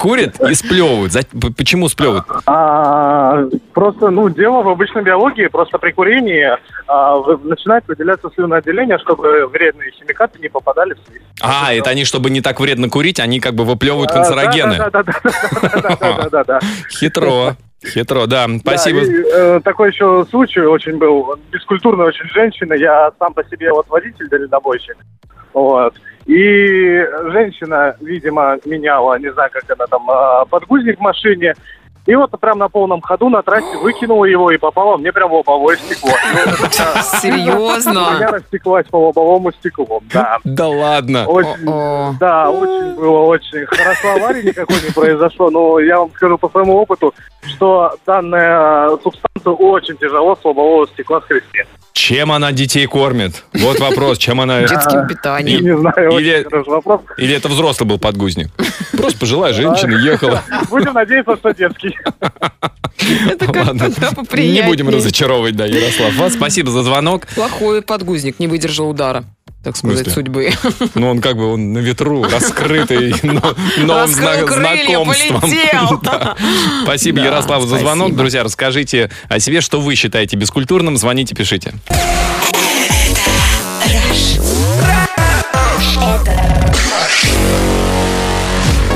S1: курят и сплевывают. За- п- Почему сплевывают?
S5: А, просто, ну, дело в обычной биологии, просто при курении а, вы- начинает выделяться слюноотделение, чтобы вредные химикаты не попадали в слизь.
S1: А, это они, чтобы не так вредно курить, они как бы выплевывают
S5: А,
S1: канцерогены.
S5: Да-да-да-да-да-да-да-да-да.
S1: Хитро, хитро, да. Спасибо.
S5: Да, и, э, такой еще случай очень был. Бескультурная очень женщина. Я сам по себе вот водитель дальнобойщик. Вот. И женщина, видимо, меняла, не знаю, как она там, а, подгузник в машине. И вот прям на полном ходу на трассе выкинула его и попала мне прям в лобовое стекло. И вот это вся У меня
S2: Серьезно?
S5: растеклась по лобовому стеклу. Да.
S1: Да ладно.
S5: Очень,
S2: О,
S5: да, очень было очень хорошо. Аварии никакой не произошло, но я вам скажу по своему опыту, что данная э, субстанция очень тяжело с лобового стекла скрести.
S1: Чем она детей кормит? Вот вопрос, чем она...
S2: детским
S5: Я
S2: питанием.
S5: Не знаю,
S1: Или-
S5: очень хороший вопрос.
S1: Или это взрослый был подгузник? Просто пожилая женщина ехала.
S5: Будем надеяться, что детский.
S2: Это
S1: Ладно.
S2: как-то да,
S1: Не
S2: поприятнее.
S1: будем разочаровывать, да, Ярослав. Вас спасибо за звонок.
S2: Плохой подгузник, не выдержал удара, так сказать,
S1: смысле?
S2: судьбы.
S1: Но Ну, он как бы он на ветру, раскрытый, но- новым зна-
S2: Раскрыл крылья,
S1: знакомством.
S2: полетел.
S1: Да. Спасибо,
S2: Да,
S1: Ярославу, за
S2: спасибо.
S1: звонок. Друзья, расскажите о себе, что вы считаете бескультурным. Звоните, пишите.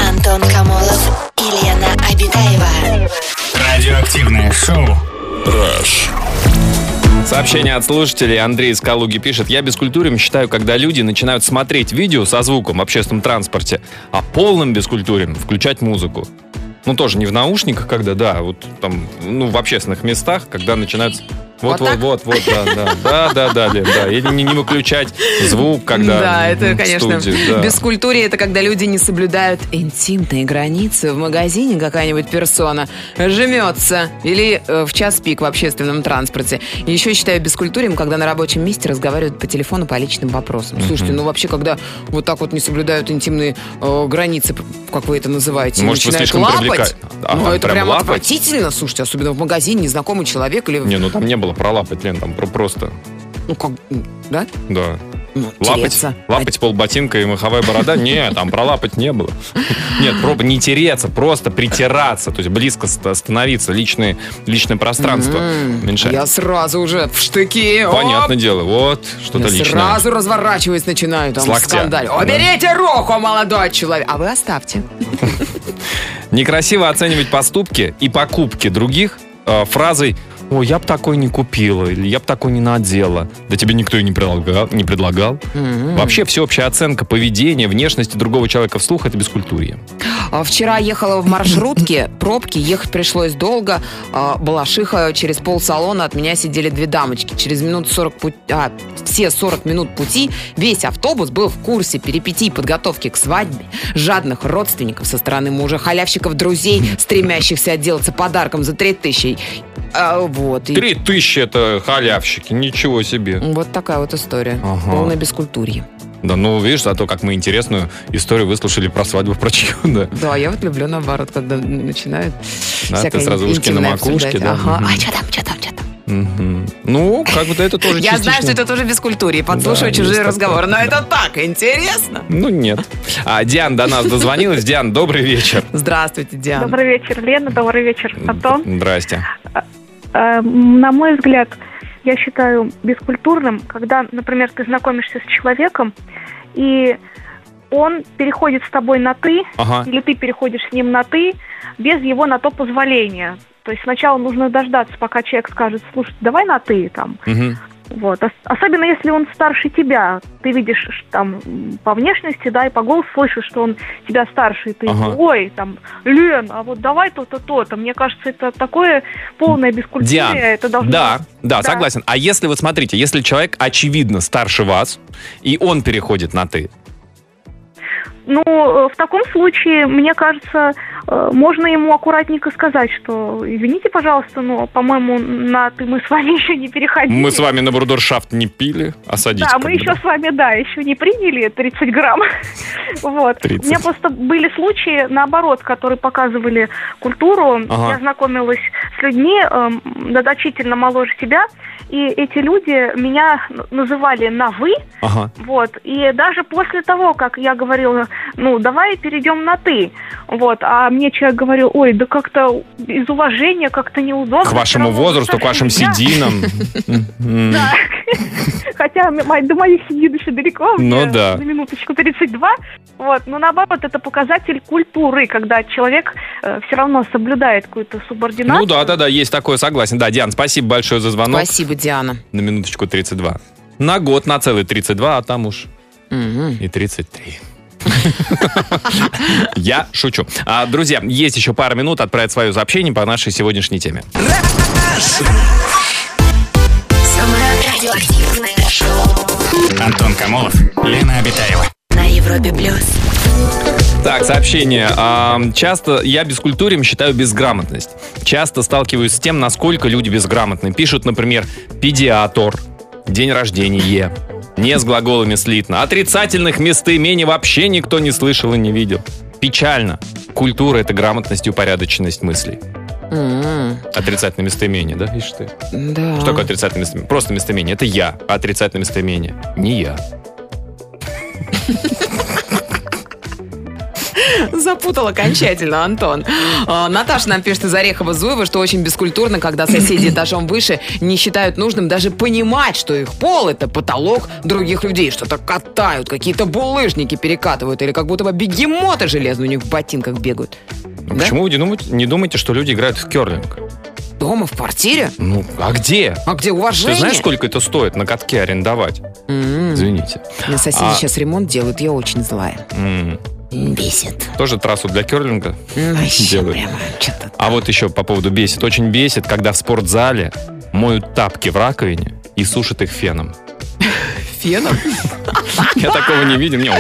S3: Антон Камолов и Лена Обитаева.
S4: Радиоактивное шоу.
S1: Сообщение от слушателей. Андрей из Калуги пишет. Я бескультурим считаю, когда люди начинают смотреть видео со звуком в общественном транспорте, а полным бескультурим включать музыку. а Ну, тоже не в наушниках, когда, да, вот там, ну, в общественных местах, когда начинают... Вот, вот,
S2: так?
S1: вот, вот, да, да, да, да, да, Лен, да. И не, не выключать звук, когда
S2: Да, это,
S1: м, в
S2: конечно,
S1: студии, да.
S2: бескультурие это когда люди не соблюдают интимные границы. В магазине какая-нибудь персона жмется или э, в час пик в общественном транспорте. Еще считаю бескультурием, когда на рабочем месте разговаривают по телефону по личным вопросам. Слушайте, ну вообще, когда вот так вот не соблюдают интимные э, границы, как вы это называете, и
S1: Может, вы
S2: начинают
S1: слишком
S2: лапать.
S1: привлека- А,
S2: ну,
S1: там
S2: это
S1: прям
S2: прям
S1: лапать?
S2: отвратительно, слушайте, особенно в магазине незнакомый человек или...
S1: Не, ну там не было пролапать, Лен, там про- просто,
S2: Ну, как... Да?
S1: да.
S2: Ну,
S1: Лапать,
S2: тереться.
S1: лапать полботинка и маховая борода? Не, там пролапать не было. Нет, про, не тереться, просто притираться, то есть близко ст- становиться, личные, личное пространство
S2: М,
S1: уменьшать.
S2: Я сразу уже в штыки. Оп!
S1: Понятное дело, вот
S2: Я
S1: что-то личное.
S2: сразу разворачиваюсь, начинаю там
S1: С локтя.
S2: скандаль.
S1: Да.
S2: Уберите руку, молодой человек. А вы оставьте.
S1: Некрасиво оценивать поступки и покупки других э, фразой «Ой, я бы такой не купила» или «Я бы такой не надела». Да тебе никто и не предлагал. Не предлагал. Вообще всеобщая оценка поведения, внешности другого человека вслух – это бескультурье.
S2: А, Вчера ехала в маршрутке, пробки, ехать пришлось долго. А, Балашиха через полсалона от меня сидели две дамочки. Через минут 40 пу- а, все 40 минут пути весь автобус был в курсе перипетий подготовки к свадьбе, жадных родственников со стороны мужа, халявщиков друзей, стремящихся отделаться подарком за 3000. А, вот, и
S1: Три тысячи – это халявщики, ничего себе.
S2: вот такая вот история.
S1: Ага.
S2: Полное бескультурье.
S1: Да ну, видишь, зато как мы интересную историю выслушали про свадьбу в Прочьюна.
S2: Да, я вот люблю наоборот, когда н- начинают
S1: Да,
S2: всякое
S1: ты сразу ушки на
S2: интимное
S1: макушке,
S2: обсуждать.
S1: да?
S2: Ага.
S1: Мгм.
S2: А что там, что там, что там?
S1: Мгм. Ну, как бы да, это тоже
S2: Я
S1: частично.
S2: знаю, что это тоже без культуры, подслушиваю
S1: Да,
S2: чужие
S1: есть
S2: разговоры, но
S1: такое,
S2: это так интересно.
S1: Ну, нет. А Диан до нас дозвонилась. Диан, добрый вечер.
S2: Здравствуйте, Диана.
S6: Добрый вечер, Лена. Добрый вечер, Антон.
S1: Здрасте.
S6: Э, На мой взгляд, я считаю бескультурным, когда, например, ты знакомишься с человеком, и он переходит с тобой на «ты»,
S1: Ага.
S6: или ты переходишь с ним на «ты», без его на то позволения. То есть сначала нужно дождаться, пока человек скажет, слушай, давай на «ты», там,
S1: Мгм.
S6: вот. Ос- Особенно, если он старше тебя. Ты видишь ш- там м, по внешности, да, и по голосу слышишь, что он тебя старше, и ты,
S1: Ага.
S6: ой, там, Лен, а вот давай то-то, то-то. Мне кажется, это такое полное бескультурие.
S1: Диан,
S6: это должно
S1: Да, да,
S6: Да.
S1: согласен. А если вот смотрите, если человек очевидно старше вас, и он переходит на ты.
S6: Ну, э, в таком случае, мне кажется, э, можно ему аккуратненько сказать, что, извините, пожалуйста, но, по-моему, на «ты» мы с вами еще не переходили.
S1: Мы с вами на брудершафт не пили, а садитесь.
S6: Да, мы еще с вами, да, еще не приняли 30 грамм. Вот.
S1: 30.
S6: У меня просто были случаи, наоборот, которые показывали культуру.
S1: Ага.
S6: Я знакомилась с людьми эм, значительно моложе себя, и эти люди меня н- называли на «вы»,
S1: Ага.
S6: вот, и даже после того, как я говорила, ну, давай перейдем на «ты», вот, а мне человек говорил, ой, да как-то из уважения как-то неудобно.
S1: К вашему
S6: всё равно
S1: возрасту, к вашим
S6: старше меня».
S1: сединам. Мгм.
S6: Да. Хотя м- мо- до моих сидит еще далеко.
S1: Ну
S6: мне
S1: да.
S6: На минуточку 32. Вот. Но наоборот, это показатель культуры, когда человек все равно соблюдает какую-то субординацию.
S1: Ну да, да, да, есть такое, согласен. Да, Диан, спасибо большое за звонок.
S2: Спасибо, Диана.
S1: На минуточку 32. На год, на целый 32, а там уж
S2: Мгм.
S1: И 33. Я шучу. А, друзья, есть еще пара минут отправить свое сообщение по нашей сегодняшней теме.
S3: Самое радиоактивное шоу
S4: Антон Камолов, Лена Обитаева.
S3: на Европе плюс.
S1: Так, сообщение. А, часто я бескультурим считаю безграмотность. Часто сталкиваюсь с тем, насколько люди безграмотны. Пишут, например, педиатр, день рождения. Не с глаголами слитно. Отрицательных местоимений вообще никто не слышал и не видел. Печально. Культура — это грамотность и упорядоченность мыслей.
S2: Мгм.
S1: Отрицательное местоимение, да? Ишь ты.
S2: Да.
S1: Что такое отрицательное местоимение? Просто местоимение. Это я. А отрицательное местоимение не я.
S2: Запутал окончательно, Антон. А, Наташа нам пишет из Орехова Зуева, что очень бескультурно, когда соседи этажом выше не считают нужным даже понимать, что их пол – это потолок других людей, что-то катают, какие-то булыжники перекатывают, или как будто бы бегемоты железные у них в ботинках бегают.
S1: Ну,
S2: Да?
S1: Почему вы не думаете, не думаете, что люди играют в керлинг?
S2: Дома, в квартире?
S1: Ну, а где?
S2: А где уважение?
S1: Ты знаешь, сколько это стоит на катке арендовать?
S2: М-м.
S1: Извините.
S2: На соседи
S1: А.
S2: сейчас ремонт делают, я очень злая.
S1: М,
S2: Бесит.
S1: Тоже трассу для керлинга.
S2: Вообще
S1: Делают.
S2: прямо что-то
S1: А вот еще по поводу бесит. Очень бесит, когда в спортзале моют тапки в раковине и сушат их феном.
S2: Феном?
S1: Я такого не видел. Не,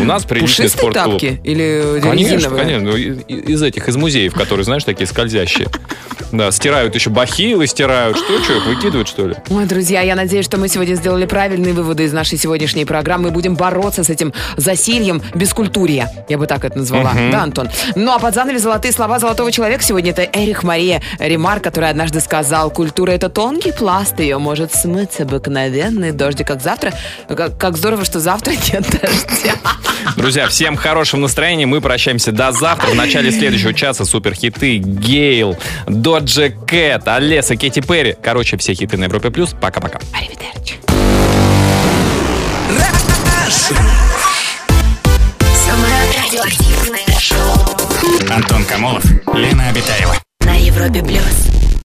S1: у нас приличный
S2: Пушистые
S1: спортклуб.
S2: тапки? Или
S1: Конечно,
S2: резиновые?
S1: конечно. Ну, и- и- Из этих, из музеев, которые, знаешь, такие скользящие. Да, стирают еще бахилы, стирают. Что, что, их выкидывают, что ли?
S2: Ой, друзья, я надеюсь, что мы сегодня сделали правильные выводы из нашей сегодняшней программы. Мы будем бороться с этим засильем бескультурья. Я бы так это назвала. Да, Антон? Ну, а под занавес золотые слова золотого человека сегодня это Эрих Мария Ремар, который однажды сказал, культура это тонкий пласт, ее может смыть обыкновенный дождик, как завтра. Как, как здорово, что завтра нет дождя.
S1: Друзья, всем хорошего настроения. Мы прощаемся до завтра. В начале следующего часа суперхиты Гейл, Доджи Кэт, Олеса, Кэти Перри. Короче, все хиты на Европе+. плюс. Пока-пока.
S2: Аривидерчи.
S3: Самое радиоактивное шоу
S4: Антон Камолов, Лена Обитаева.
S3: на Европе плюс.